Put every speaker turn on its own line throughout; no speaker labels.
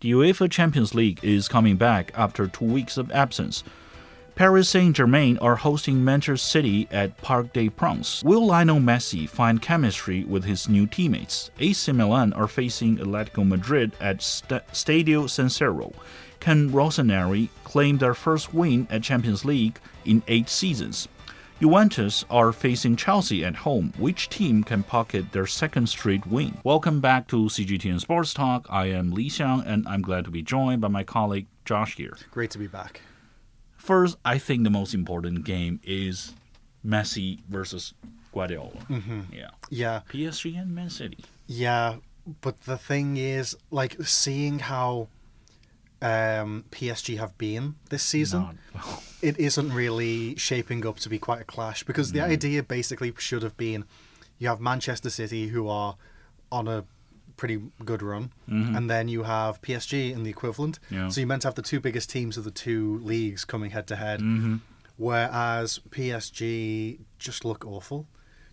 The UEFA Champions League is coming back after two weeks of absence. Paris Saint Germain are hosting Manchester City at Parc des Princes. Will Lionel Messi find chemistry with his new teammates? AC Milan are facing Atletico Madrid at St- Stadio San Siro. Can Rossoneri claim their first win at Champions League in eight seasons? Juventus are facing Chelsea at home. Which team can pocket their second straight win? Welcome back to CGTN Sports Talk. I am Li Xiang, and I'm glad to be joined by my colleague Josh here.
Great to be back.
First, I think the most important game is Messi versus Guardiola. Yeah.
Yeah,
PSG and Man City.
yeah. But the thing is, like, seeing how um, PSG have been this season,
Not-
it isn't really shaping up to be quite a clash because
Mm.
the idea basically should have been you have Manchester City who are on a pretty good run, and then you have PSG in the equivalent.
Mm-hmm. Yeah.
So you meant to have the two biggest teams of the two leagues coming head to head,
Mm-hmm.
whereas PSG just look awful,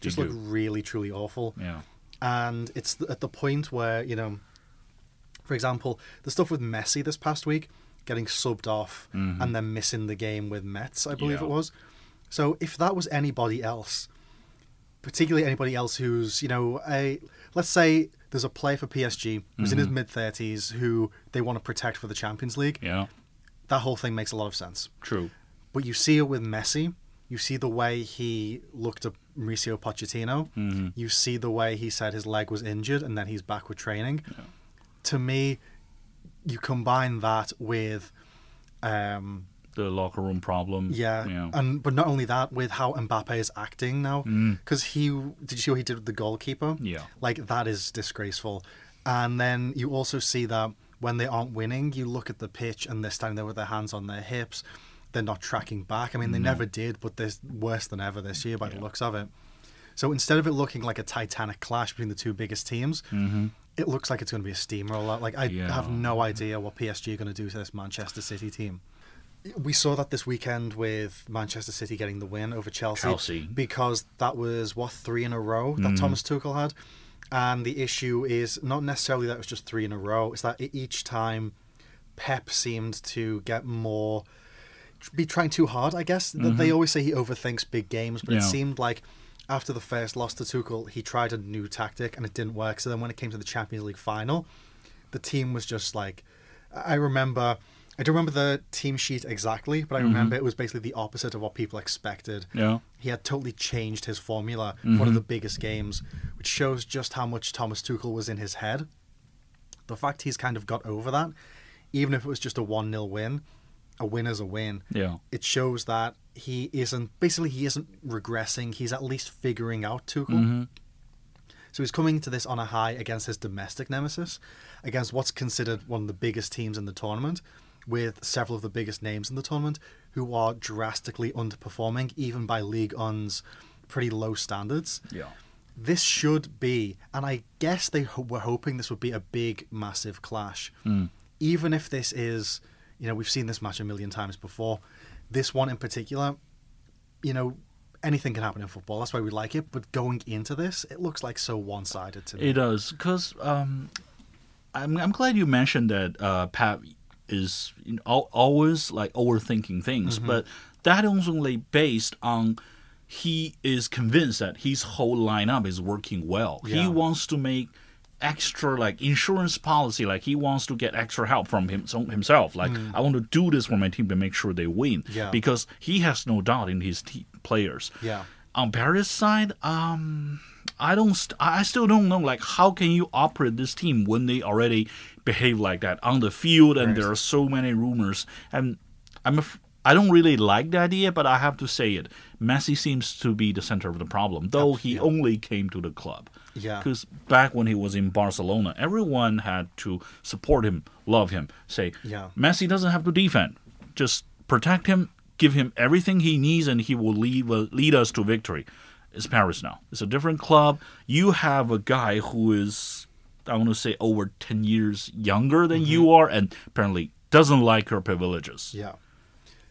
just look
do.
really truly awful
yeah.
and it's th- at the point where you know for example the stuff with messi this past week getting subbed off and then missing the game with mets i believe
Yeah.
it was so if that was anybody else particularly anybody else who's you know a let's say there's a player for psg who's in his mid 30s who they want to protect for the champions league
Yeah.
that whole thing makes a lot of sense
True.
but you see it with Messi. You see the way he looked at Mauricio Pochettino. You see the way he said his leg was injured and then he's back with training. To me, you combine that with, um,
The locker room problem.
yeah,
Yeah.
and but not only that, with how Mbappe is acting now, because he did you see what he did with the goalkeeper?
Yeah.
like that is disgraceful. And then you also see that when they aren't winning, you look at the pitch and they're standing there with their hands on their hips. They're not tracking back. I mean, they never did, but they're worse than ever this year by the looks of it. So instead of it looking like a titanic clash between the two biggest teams,
Mm-hmm.
it looks like it's going to be a steamroller. Like I
Yeah.
have no idea what PSG are going to do to this Manchester City team. We saw that this weekend with Manchester City getting the win over Chelsea,
Chelsea. Mm.
because that was what three in a row that Thomas Tuchel had, and the issue is not necessarily that it was just three in a row. It's that e-, each time Pep seemed to get more be trying too hard, I guess. Th- They always say he overthinks big games, but it
Yeah.
seemed like after the first loss to Tuchel, he tried a new tactic and it didn't work. So then when it came to the Champions League final, the team was just like, I I remember. I don't remember the team sheet exactly, but I remember it was basically the opposite of what people expected.
Yeah.
He had totally changed his formula for one of the biggest games, which shows just how much Thomas Tuchel was in his head the fact he's kind of got over that, even if it was just a 1 0 win, a win is a win.
Yeah.
It shows that he isn't, basically, he isn't regressing. He's at least figuring out Tuchel. So he's coming to this on a high against his domestic nemesis, against what's considered one of the biggest teams in the tournament, with several of the biggest names in the tournament who are drastically underperforming, even by League Un's pretty low standards
Yeah.
this should be, and I guess they ho- were hoping this would be a big, massive clash. Even if this is, you know, we've seen this match a million times before. This one in particular, you know, anything can happen in football. That's why we like it. But going into this, it looks like so one-sided to me.
It does because um, I'm I'm glad you mentioned that uh, Pat is you know, al- always like overthinking things,
Mm-hmm.
but that is only based on he is convinced that his whole lineup is working well. He
Yeah.
wants to make extra like insurance policy like he wants to get extra help from him so- himself like i want to do this for my team to make sure they win
Mm. Yeah.
because he has no doubt in his te- players
Yeah.
on Paris side, um, I don't, st- I I still don't know. Like, how can you operate this team when they already behave like that on the field, and there are so many rumors? And I'm, af- I don't really like the idea, but I have to say it. Messi seems to be the center of the problem, though he only came to the club.
Yeah.
Because back when he was in Barcelona, everyone had to support him, love him, say,
Yeah.
Messi doesn't have to defend. Just protect him, give him everything he needs, and he will lead, lead us to victory. It's Paris now. It's a different club. You have a guy who is, I want to say, over 10 years younger than
Mm-hmm.
you are, and apparently doesn't like your privileges.
yeah.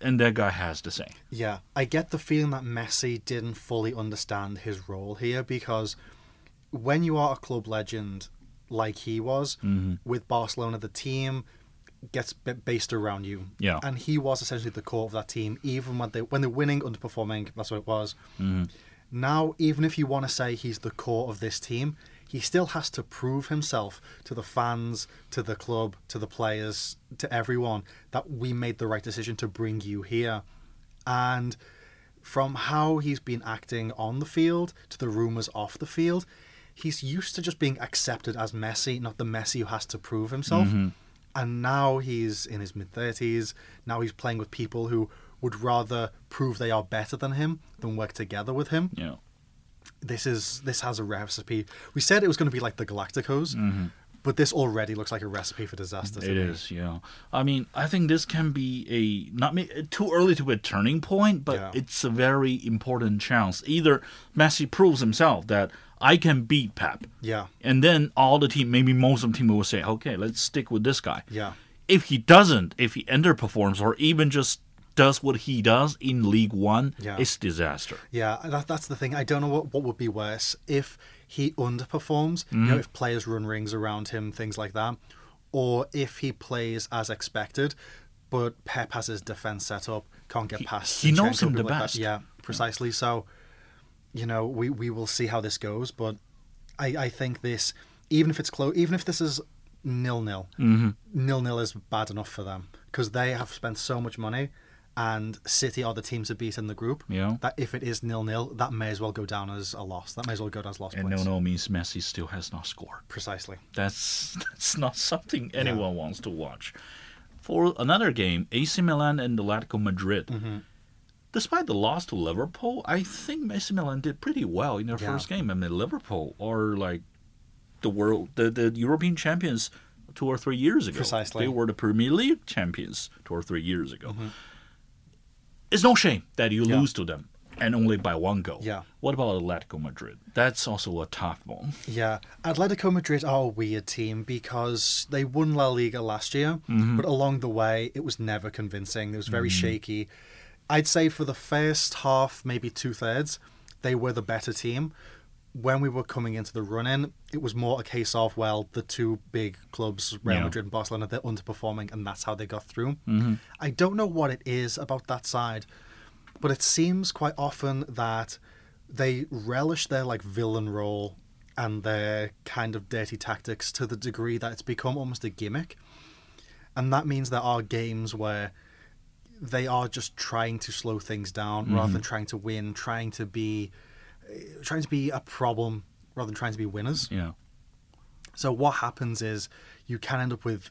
And that guy has to say.
Yeah, I get the feeling that Messi didn't fully understand his role here because when you are a club legend like he was with Barcelona, the team, gets b- based around you.
Yeah.
And he was essentially the core of that team, even when they when they're winning, underperforming. That's what it was. Now, even if you want to say he's the core of this team, he still has to prove himself to the fans, to the club, to the players, to everyone that we made the right decision to bring you here. And from how he's been acting on the field to the rumours off the field, he's used to just being accepted as Messi, not the Messi who has to prove himself. And now he's in his mid 30s. Now he's playing with people who would rather prove they are better than him than work together with him.
Yeah.
This is this has a recipe. We said it was going to be like the Galacticos, but this already looks like a recipe for disaster. to
Mm-hmm. It
me.
is, yeah. I mean, I think this can be a not me- too early to be a turning point, but
Yeah.
it's a very important chance. Either Messi proves himself that I can beat Pep,
Yeah,
and then all the team, maybe most of the team, will say, "Okay, let's stick with this guy."
yeah,
If he doesn't, if he underperforms, or even just does what he does in League One,
Yeah.
it's disaster.
yeah. That, that's the thing. I don't know what, what would be worse if he underperforms.
Mm-hmm.
You know, if players run rings around him, things like that, or if he plays as expected, but Pep has his defense set up, can't get past.
he knows
Zinchenko,
him the
people like that.
best.
Yeah, precisely. So, you know, we we will see how this goes, but I I think this even if it's close, even if this is nil nil,
Mm-hmm.
nil nil is bad enough for them because they have spent so much money, and City are the teams to beat in the group.
Yeah.
That if it is nil nil, that may as well go down as a loss. That may as well go down as lost
And
points.
no, no means Messi still has not scored.
Precisely.
That's that's not something anyone wants to watch. For another game, AC Milan and Atletico Madrid.
Mm-hmm.
Despite the loss to Liverpool, I think AC Milan did pretty well in their
Yeah.
first game. I mean, Liverpool are like the world, the, the European champions two or three years ago.
Precisely. Mm-hmm.
They were the Premier League champions two or three years ago. It's no shame that you
Yeah.
lose to them and only by one goal.
Yeah.
What about Atletico Madrid? That's also a tough one.
Yeah, Atletico Madrid are a weird team because they won La Liga last year, but along the way it was never convincing. It was very shaky. I'd say for the first half, maybe two thirds, they were the better team. When we were coming into the run in, it was more a case of, well, the two big clubs, Real
Yeah.
Madrid and Barcelona, they're underperforming, and that's how they got through. I don't know what it is about that side, but it seems quite often that they relish their like villain role and their kind of dirty tactics to the degree that it's become almost a gimmick. And that means there are games where they are just trying to slow things down rather than trying to win, trying to be eh, trying to be a problem rather than trying to be winners.
Yeah.
So what happens is you can end up with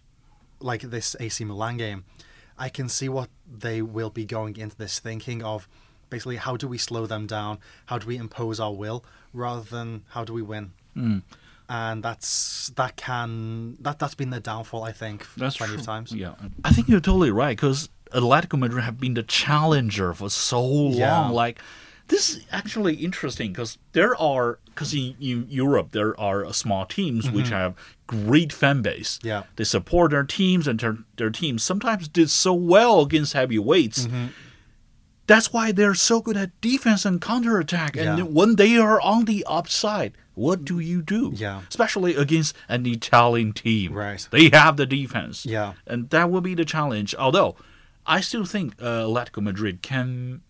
like this AC Milan game. I can see what they will be going into this thinking of basically how do we slow them down? How do we impose our will rather than how do we win?
Hmm.
And that's that can that that's been their downfall I think
That's
plenty of
true.
times.
Yeah, I think you're totally right because Atletico Madrid have been the challenger for so long.
Yeah.
Like, this is actually interesting because there are because in, in Europe there are uh, small teams which have great fan base.
Mm-hmm. Yeah.
they support their teams and their, their teams sometimes did so well against heavyweights.
Mm-hmm.
That's why they're so good at defense and counterattack. And
Yeah.
when they are on the upside, what do you do?
Yeah.
Especially against an Italian team.
Right.
They have the defense.
Yeah.
And that will be the challenge. Although, I still think uh, Atletico Madrid can,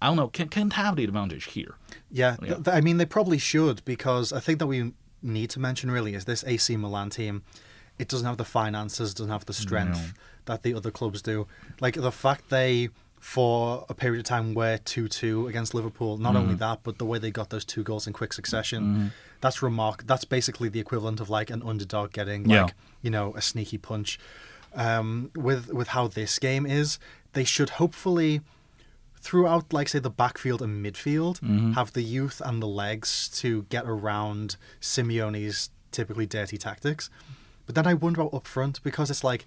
I don't know, can, can have the advantage here.
Yeah, th- th- I mean they probably should because I think that we need to mention really is this AC Milan team. It doesn't have the finances, doesn't have the strength that the other clubs do. Like the fact they for a period of time were two two against Liverpool. Not only that, but the way they got those two goals in quick succession. That's remark. That's basically the equivalent of like an underdog getting like
Yeah.
you know a sneaky punch. Um, with with how this game is, they should hopefully throughout, like say the backfield and midfield, have the youth and the legs to get around Simeone's typically dirty tactics. But then I wonder about up front because it's like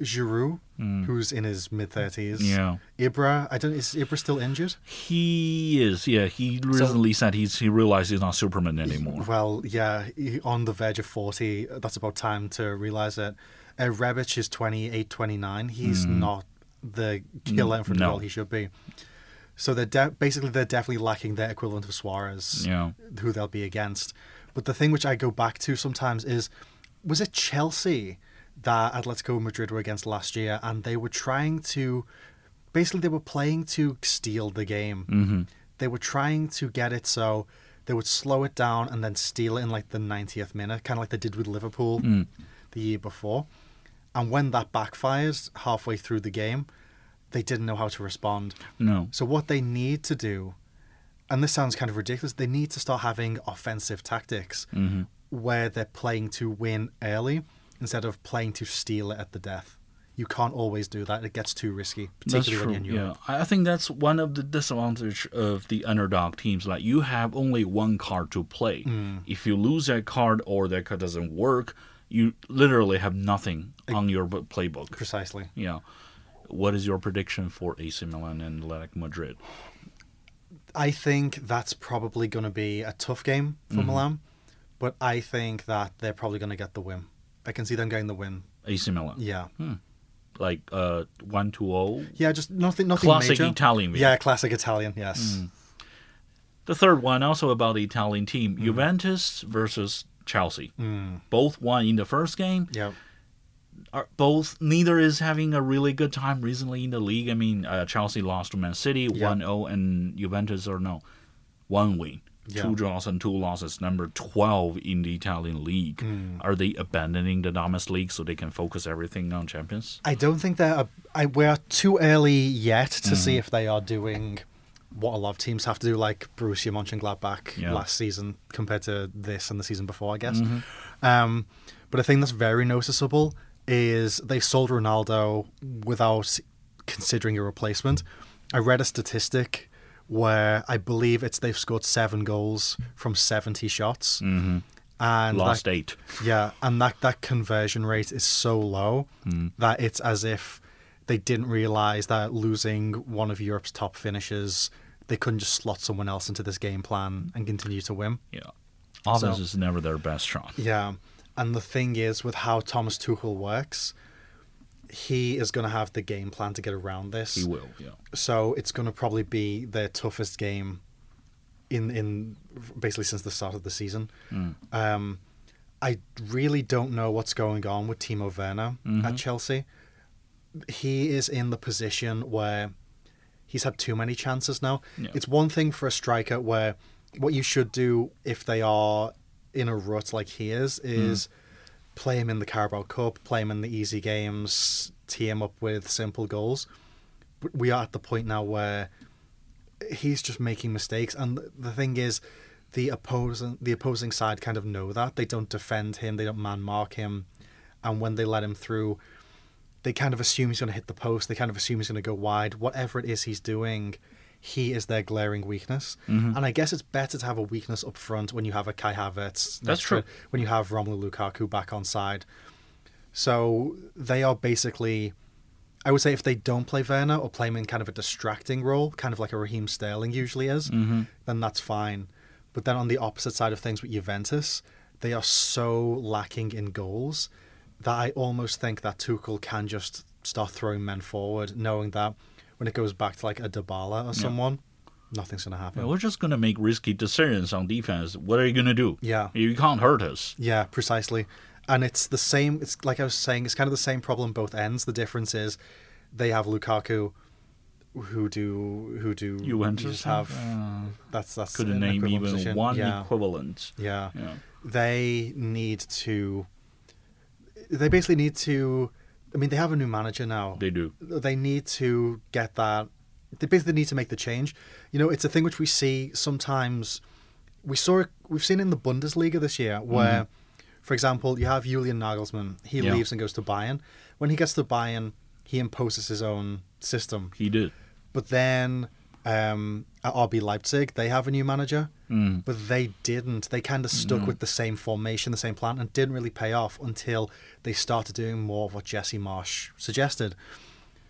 Giroud, who's in his mid thirties.
Yeah.
Ibra, I don't. Is Ibra still injured?
He is, yeah. He recently said he's, he realized he's not Superman anymore.
Well, yeah, he- on the verge of 40. That's about time to realize it. Uh, Rebic is 28, 29. He's not the killer in front of
no.
the goal he should be. So they're de- basically they're definitely lacking their equivalent of Suarez,
Yeah.
who they'll be against. But the thing which I go back to sometimes is, was it Chelsea that Atletico Madrid were against last year, and they were trying to basically they were playing to steal the game.
Mhm.
They were trying to get it so they would slow it down and then steal it in like the 90th minute, kind of like they did with Liverpool the year before. And when that backfires halfway through the game, they didn't know how to respond.
No.
So what they need to do, and this sounds kind of ridiculous, they need to start having offensive tactics
Mm-hmm.
where they're playing to win early instead of playing to steal it at the death. You can't always do that; it gets too risky,
That's
particularly
true.
when you're in
Yeah,
Europe.
I I think that's one of the disadvantage of the underdog teams. Like you have only one card to play.
Mm.
If you lose that card or that card doesn't work, you literally have nothing on your b- playbook.
Precisely.
Yeah. What is your prediction for AC Milan and Athletic Madrid?
I think that's probably going to be a tough game for
Mm-hmm.
Milan, but I think that they're probably going to get the win. I can see them getting the win.
AC Milan,
Yeah,
like uh, one two zero.
yeah, just nothing, nothing
Classic
major.
Italian. Mm.
Yeah, classic Italian. Yes.
The third one also about the Italian team,
Mm-hmm.
Juventus versus Chelsea.
Mm.
Both won in the first game.
Yeah.
are both neither is having a really good time recently in the league. I mean, uh, Chelsea lost to Man City
Yeah.
1-0 and Juventus are no one win,
Yeah.
two draws and two losses, number 12 in the Italian league.
Mm.
Are they abandoning the domestic league so they can focus everything on Champions?
I don't think they're. I we're too early yet to see if they are doing what a lot of teams have to do, like Borussia Mönchengladbach
Yeah.
last season compared to this and the season before, I guess. Um, but a thing that's very noticeable is they sold Ronaldo without considering a replacement. I read a statistic where I believe it's they've scored seven goals from seventy shots, mm-hmm. and that-
Lost eight.
yeah, and that that conversion rate is so low that it's as if they didn't realize that losing one of Europe's top finishers, they couldn't just slot someone else into this game plan and continue to win.
Yeah. Offense is never their best shot.
Yeah, and the thing is with how Thomas Tuchel works, he is going to have the game plan to get around this.
He will. Yeah.
So it's going to probably be their toughest game in in basically since the start of the season. Um, I really don't know what's going on with Timo Werner at Chelsea. He is in the position where he's had too many chances now.
Yeah.
It's one thing for a striker where what you should do if they are in a rut like he is is play him in the Carabao Cup, play him in the easy games, tee him up with simple goals. But we are at the point now where he's just making mistakes, and th- the thing is, the opposing the opposing side kind of know that they don't defend him, they don't man mark him, and when they let him through, they kind of assume he's going to hit the post. They kind of assume he's going to go wide. Whatever it is he's doing, he is their glaring weakness.
Mm-hmm.
And I guess it's better to have a weakness up front when you have a Kai Havertz. next
That's true.
to it, When you have Romelu Lukaku back on side. So they are basically, I would say, if they don't play Werner or play him in kind of a distracting role, kind of like a Raheem Sterling usually is, then that's fine. But then on the opposite side of things with Juventus, they are so lacking in goals that I almost think that Tuchel can just start throwing men forward, knowing that when it goes back to like a Dybala or someone, nothing's going to happen.
Yeah,
Yeah.
We're just gonna make risky decisions on defense. What are you gonna do?
Yeah.
You can't hurt us.
precisely. And it's the same, it's like I was saying, it's kind of the same problem both ends. The difference is they have Lukaku. Who do who do
Juventus
just have?
have, uh,
that's that's
Couldn't
an
name
equivalent
even
position.
one
Yeah.
equivalent.
Yeah.
Yeah.
They need to. They basically need to. I mean, they have a new manager now.
They do.
They need to get that. They basically need to make the change. You know, it's a thing which we see sometimes. We saw it. We've seen in the Bundesliga this year where, for example, you have Julian Nagelsmann. He
Yeah.
leaves and goes to Bayern. When he gets to Bayern, he imposes his own system.
He did.
But then um, at RB Leipzig, they have a new manager, but they didn't. They kind of stuck with the same formation, the same plan, and didn't really pay off until they started doing more of what Jesse Marsh suggested.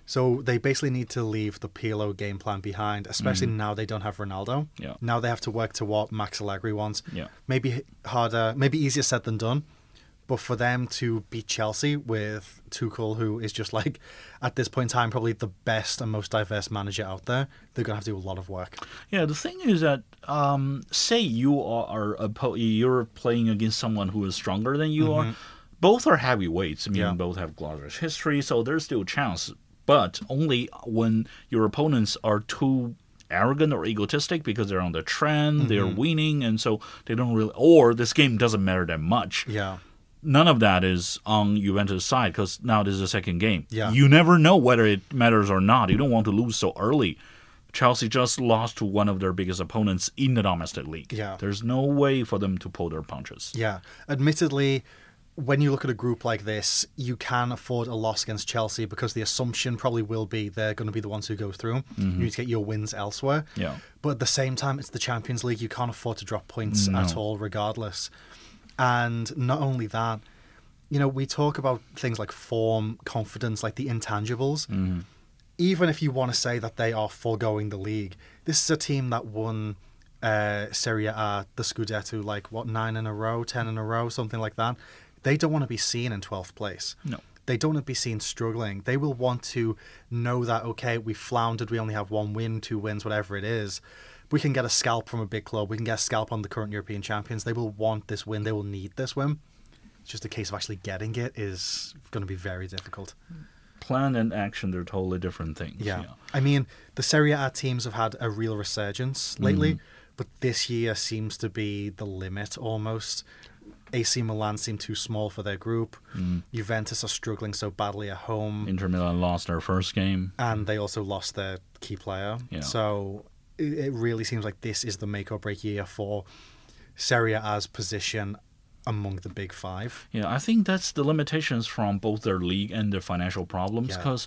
So they basically need to leave the PLO game plan behind, especially now they don't have Ronaldo.
Yeah.
Now they have to work to what Max Allegri wants.
Yeah.
Maybe harder, maybe easier said than done. But for them to beat Chelsea with Tuchel, who is just like at this point in time probably the best and most diverse manager out there, they're gonna have to do a lot of work.
Yeah, the thing is that um, say you are, are a po- you're playing against someone who is stronger than you are, Both are heavyweights. I mean,
Yeah.
both have glorious history, so there's still a chance. But only when your opponents are too arrogant or egotistic because they're on the trend, they're winning, and so they don't really. Or this game doesn't matter that much.
Yeah.
None of that is on Juventus' side because now this is the second game.
Yeah.
You never know whether it matters or not. You don't want to lose so early. Chelsea just lost to one of their biggest opponents in the domestic league.
Yeah.
There's no way for them to pull their punches.
Yeah. Admittedly, when you look at a group like this, you can afford a loss against Chelsea because the assumption probably will be they're going to be the ones who go through. You need to get your wins elsewhere.
Mm-hmm. Yeah.
But at the same time, it's the Champions League. You can't afford to drop points at all, regardless. And not only that, you know, we talk about things like form, confidence, like the intangibles. Even if you want to say that they are foregoing the league, this is a team that won uh, Serie A, the Scudetto, like what, nine in a row, ten in a row, something like that. They don't want to be seen in 12th place.
No.
They don't want to be seen struggling. They will want to know that, okay, we floundered, we only have one win, two wins, whatever it is. We can get a scalp from a big club. We can get a scalp on the current European champions. They will want this win. They will need this win. It's just a case of actually getting it is going to be very difficult.
Plan and action, they're totally different things.
Yeah. I mean, the Serie A teams have had a real resurgence lately, but this year seems to be the limit almost. AC Milan seem too small for their group. Juventus are struggling so badly at home.
Inter Milan lost their first game.
and they also lost their key player.
Yeah.
So it, it really seems like this is the make or break year for Serie A's position among the big five.
Yeah, I think that's the limitations from both their league and their financial problems.
Yeah.
Because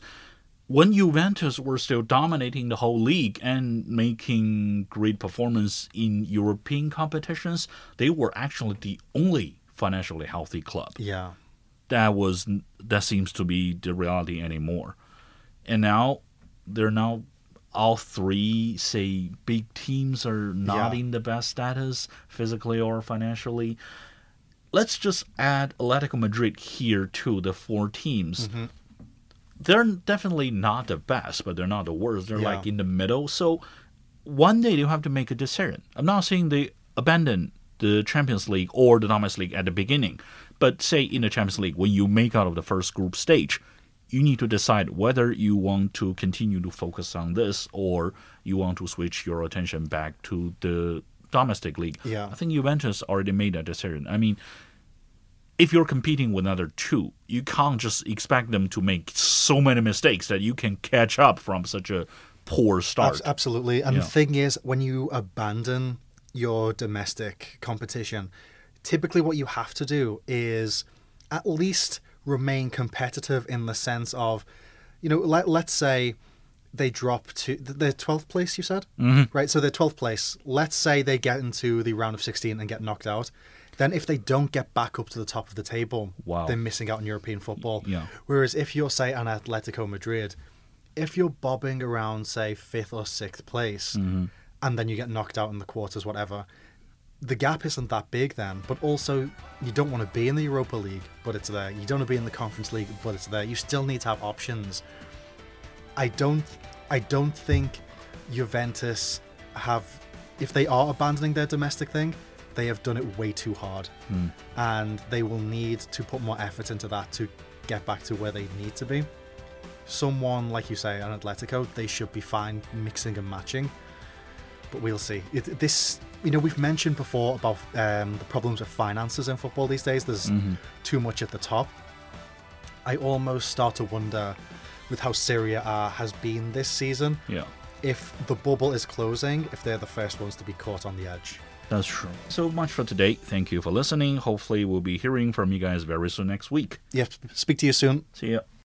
when Juventus were still dominating the whole league and making great performance in European competitions, they were actually the only financially healthy club.
Yeah,
That was that seems to be the reality anymore. And now they're now all three say big teams are not
Yeah.
in the best status physically or financially. Let's just add Atletico Madrid here to the four teams.
Mm-hmm.
They're definitely not the best, but they're not the worst. They're
Yeah.
like in the middle. So one day they'll have to make a decision. I'm not saying they abandon the Champions League or the Domestic League at the beginning, but say in the Champions League, when you make out of the first group stage, you need to decide whether you want to continue to focus on this or you want to switch your attention back to the domestic league.
Yeah.
I think Juventus already made that decision. I mean, if you're competing with another two, you can't just expect them to make so many mistakes that you can catch up from such a poor start.
Abs- absolutely. And
Yeah.
the thing is, when you abandon your domestic competition, typically what you have to do is at least remain competitive in the sense of, you know, let, let's say they drop to th- they're 12th place, you said? Mm-hmm. Right. So they're 12th place. Let's say they get into the round of 16 and get knocked out. Then, if they don't get back up to the top of the table,
Wow.
they're missing out on European football.
Yeah.
Whereas if you're say an Atletico Madrid, if you're bobbing around say fifth or sixth place, and then you get knocked out in the quarters, whatever, the gap isn't that big then. But also, you don't want to be in the Europa League, but it's there. You don't want to be in the Conference League, but it's there. You still need to have options. I don't, I don't think Juventus have. If they are abandoning their domestic thing, they have done it way too hard and they will need to put more effort into that to get back to where they need to be. Someone like you say, an Atletico, they should be fine mixing and matching, but we'll see. It, this, you know, we've mentioned before about um, the problems with finances in football these days. There's too much at the top. I almost start to wonder with how Syria A has been this season
yeah.
if the bubble is closing, if they're the first ones to be caught on the edge.
That's true. So much for today. Thank you for listening. Hopefully, we'll be hearing from you guys very soon next week.
Yep, speak to you soon.
See ya.